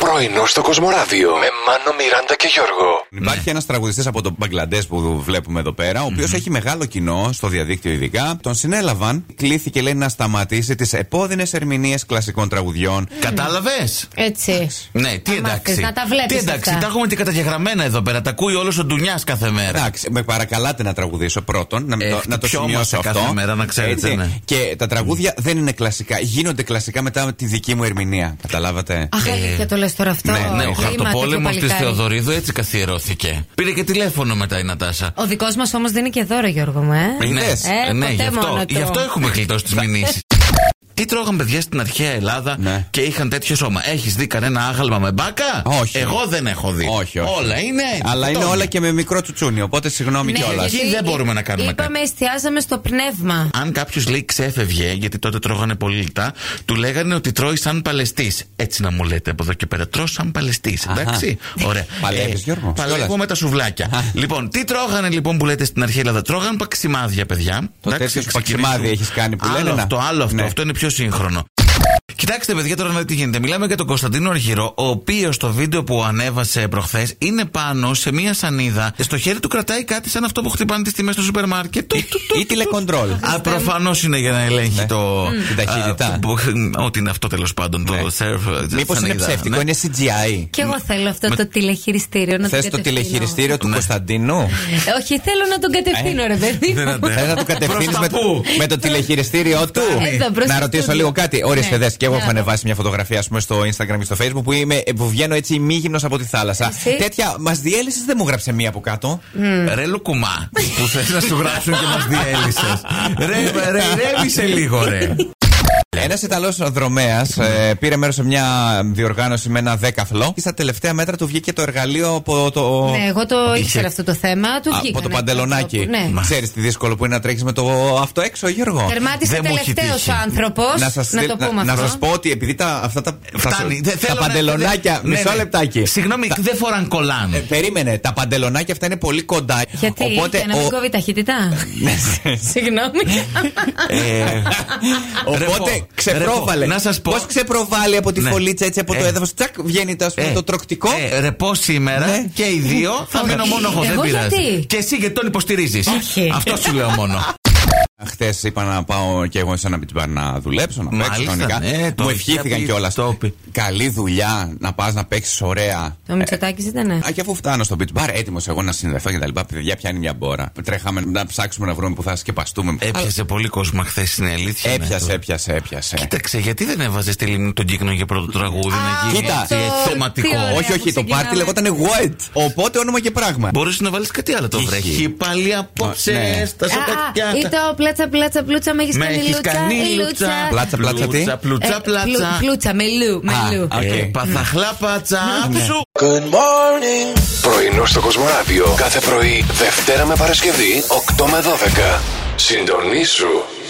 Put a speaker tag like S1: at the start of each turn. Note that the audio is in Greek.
S1: Πρωινό στο Κοσμοράδιο με Μάνο, Μιράντα και Γιώργο.
S2: Υπάρχει
S3: Ναι.
S2: ένας τραγουδιστής από το Μπαγκλαντές που βλέπουμε εδώ πέρα, ο οποιο έχει μεγάλο κοινό στο διαδίκτυο ειδικά. Τον συνέλαβαν, κλήθηκε λέει να σταματήσει τις επώδυνες ερμηνείες κλασικών τραγουδιών.
S3: Κατάλαβες.
S4: Έτσι.
S3: Ναι, τι
S4: Αμάχτες,
S3: εντάξει.
S4: να τα βλέπεις
S3: Τι εντάξει,
S4: αυτά.
S3: τα έχουμε και καταγεγραμμένα εδώ πέρα. Τα ακούει όλος ο Ντουνιάς κάθε μέρα.
S2: Εντάξει, με παρακαλάτε να τραγουδήσω πρώτον, να,
S3: Ε,
S2: το, να το
S3: χτυπιόμαστε
S2: σημειώσω
S3: κάθε
S2: αυτό.
S3: μέρα, να ξέρετε, ναι.
S2: Και τα τραγούδια δεν είναι κλασικά. Γίνονται κλασικά μετά με τη δική μου ερμηνεία. Καταλάβατε.
S4: Αχ, αλήθεια το λες τώρα αυτό.
S2: ναι, ναι, ο
S3: Ναι, ο
S4: Κλίμα,
S3: χαρτοπόλεμο
S4: τέτοιο
S3: της
S4: παλικάρι.
S3: Θεοδωρίδου έτσι καθιερώθηκε. Πήρε και τηλέφωνο μετά η Νατάσα.
S4: Ο δικός μας όμως δίνει και δώρο, Γιώργο μου, ε.
S2: Μην
S3: Ναι,
S2: δες.
S4: Ε,
S3: ναι
S4: ποτέ
S3: γι, αυτό,
S4: μόνο του.
S3: γι' αυτό έχουμε γλιτώσει τι μηνύσει. Τι τρώγαν παιδιά στην αρχαία Ελλάδα
S2: Ναι.
S3: και είχαν τέτοιο σώμα. Έχεις δει κανένα άγαλμα με μπάκα?
S2: Όχι.
S3: Εγώ δεν έχω δει.
S2: Όχι, όχι.
S3: Όλα είναι.
S2: Αλλά είναι
S3: τόνια.
S2: όλα και με μικρό τσουτσούνι, οπότε συγγνώμη
S4: Ναι,
S2: κιόλας.
S3: γιατί-
S4: γιατί
S3: δεν μπορούμε να κάνουμε
S4: Είπαμε,
S3: κάτι.
S4: εστιάζαμε στο πνεύμα.
S3: Αν κάποιος λέει ξέφευγε, γιατί τότε τρώγανε πολύ λιτά, του λέγανε ότι τρώει σαν παλαιστής. Έτσι να μου λέτε από εδώ και πέρα. Τρώω σαν παλαιστής.
S2: Αχα.
S3: Εντάξει. Ωραία.
S2: Παλεύεις,
S3: Ε,
S2: Γιώργο,
S3: Παλεύω
S2: κιόλας.
S3: με τα σουβλάκια. λοιπόν, τι τρώγανε λοιπόν που λέτε στην αρχαία Ελλάδα. Τρώγανε παξιμάδια, παιδιά.
S2: Το
S3: Εντάξει,
S2: τέτοιο σου
S3: ξεκινήσουμε.
S2: παξιμάδι έχεις κάνει που
S3: άλλο
S2: λένε, να.
S3: Αυτό, άλλο αυτό.
S2: Ναι.
S3: Αυτό είναι πιο σύγχρονο. Κοιτάξτε, παιδιά, τώρα να δείτε τι γίνεται. Μιλάμε για τον Κωνσταντίνο Αργυρό, ο οποίος στο βίντεο που ανέβασε προχθές είναι πάνω σε μία σανίδα. Στο χέρι του κρατάει κάτι σαν αυτό που χτυπάνε τις τιμές στο σούπερ μάρκετ. Του, του, του,
S2: Ή τηλεκοντρόλ.
S3: Α, προφανώς είναι για να
S4: Ναι.
S3: ελέγχει το.
S2: Την ταχύτητα.
S3: α, που- που- Ό,τι είναι αυτό τέλος πάντων. Το
S2: Ναι.
S3: surf.
S2: Μήπως είναι
S3: σανίδα,
S2: ψεύτικο,
S3: ναι.
S2: είναι CGI.
S4: Και εγώ θέλω αυτό το τηλεχειριστήριο να
S2: Θε
S4: τον
S2: το
S4: κατευθύνω.
S2: τηλεχειριστήριο
S3: Ναι.
S2: του Κωνσταντίνου.
S4: Ε, Όχι, θέλω να τον κατευθύνω, ρε παιδί.
S3: Δεν
S4: μου.
S3: αντέχω.
S2: Θες να του κατευθύνει
S3: Προς τα
S2: με,
S3: πού?
S2: με το τηλεχειριστήριό του.
S4: Ε, Εδώ, προς
S2: να
S4: το
S2: ρωτήσω
S4: στούντιο.
S2: λίγο κάτι. Ορίστε,
S4: Ναι.
S2: δες και εγώ έχω
S4: Μπράβο.
S2: ανεβάσει μια φωτογραφία ας πούμε, στο Instagram και στο Facebook που, είμαι, που βγαίνω έτσι ημίγυμνος από τη θάλασσα.
S4: Εσύ? Ναι.
S2: Τέτοια μας διέλυσες δεν μου γράψε μία από κάτω.
S3: Ρε λουκουμά που θες να σου γράψουν και μας διέλυσες. Ρε, ρε, ηρέμησε λίγο, ρε.
S2: Ένας Ιταλός δρομέα ε, πήρε μέρος σε μια διοργάνωση με ένα δέκαθλο και στα τελευταία μέτρα του βγήκε το εργαλείο από το.
S4: Ναι, εγώ το
S3: Είχε-
S4: ήξερα αυτό το θέμα. Του
S2: από
S4: βγήκανε
S2: το παντελονάκι.
S4: Ναι.
S3: Μα-
S2: Ξέρεις τι δύσκολο που είναι να τρέξεις με το αυτό έξω, Γιώργο.
S4: Τερμάτισε
S3: Δεν μου έχει
S4: τελευταίος
S3: τύχει.
S4: ο άνθρωπος.
S2: να σας στείλ-
S4: το πούμε
S2: να,
S4: αυτό.
S2: να σας πω ότι επειδή τα, αυτά τα,
S3: Φτάνει.
S2: τα,
S3: Δεν θέλω να-
S2: παντελονάκια,
S3: ναι, ναι.
S2: μισό λεπτάκι.
S3: Συγγνώμη,
S2: Τα-
S3: δεν φοράν
S2: ε,
S3: κολλάν.
S2: περίμενε, τα παντελονάκια αυτά είναι πολύ κοντά. Ναι.
S4: Γιατί, για να μην κόβει ταχύτητα. Συγγνώμη.
S3: Ε, Ρε,
S2: Ε, Οπότε
S3: πω.
S2: ξεπρόβαλε.
S3: Ρε, πω. Να σας πω.
S2: Πώς ξεπροβάλλει από τη
S3: Ναι.
S2: φωλίτσα έτσι από το
S3: Ε.
S2: έδαφος, τσακ, βγαίνει το, ας πούμε,
S3: Ε,
S2: το τροκτικό.
S3: Ε, ρε, πώ σήμερα
S2: Ναι.
S3: και οι δύο θα μείνω μόνο εγώ. Δεν
S4: Εγώ
S3: πειράζει.
S4: γιατί?
S3: Και εσύ γιατί τον υποστηρίζεις.
S4: Όχι.
S3: Αυτό σου λέω μόνο.
S2: Χθες Ε, είπα να πάω και εγώ σε ένα beach bar να δουλέψω, να παίξω
S3: Μάλιστα,
S2: κανονικά.
S3: ναι, το
S2: Μου
S3: είχε
S2: ευχήθηκαν
S3: πει,
S2: κιόλα.
S3: το είπε.
S2: Καλή δουλειά να πας να παίξεις ωραία.
S4: Το Μητσοτάκη ήτανε.
S2: Α, και αφού φτάνω στο beach bar, έτοιμος εγώ να συνδεθώ και τα λοιπά. Παιδιά, πιάνει μια μπόρα. Τρέχαμε να ψάξουμε να βρούμε που θα σκεπαστούμε.
S4: Ε,
S3: Έπιασε πολύ κόσμο χθες, είναι αλήθεια.
S2: Αλλά-
S3: ναι,
S2: έπιασε,
S3: το-
S2: έπιασε, έπιασε.
S3: Κοίταξε, γιατί δεν έβαζες στη λίμνη τον κύκνο για πρώτο τραγούδι να γίνει
S2: κοίτα,
S3: έτσι,
S2: το-
S3: έτσι,
S4: τι
S3: θεματικό.
S4: ωραία.
S2: όχι, όχι,
S4: που
S2: το πάρτι
S4: ξεκινάμε.
S2: λεγόταν Wet. Οπότε όνομα και πράγμα.
S3: Μπορούσε να βάλεις κάτι άλλο το
S2: Είχε.
S3: βρέχει. Πάλι απόψε
S2: Ναι.
S3: στα
S4: Α, α, Ή
S3: σοκακιά.
S4: το πλάτσα, πλάτσα, πλούτσα, με έχεις
S3: Με
S4: κάνει
S3: έχεις
S4: λούτσα.
S3: κάνει
S4: η
S3: λούτσα.
S2: Πλάτσα, πλάτσα, τι?
S3: Πλούτσα, πλούτσα,
S4: Ε, πλου-
S3: πλάτσα.
S4: Πλούτσα, με λου, με
S2: Α,
S4: λου.
S2: α,
S3: Ε,
S2: Οκ. Ναι.
S3: Παθαχλάπα, τσάψου.
S1: Πρωινό στο Κοσμοράδιο κάθε πρωί, Δευτέρα με Παρασκευή, 8 με 12. Συντονίσου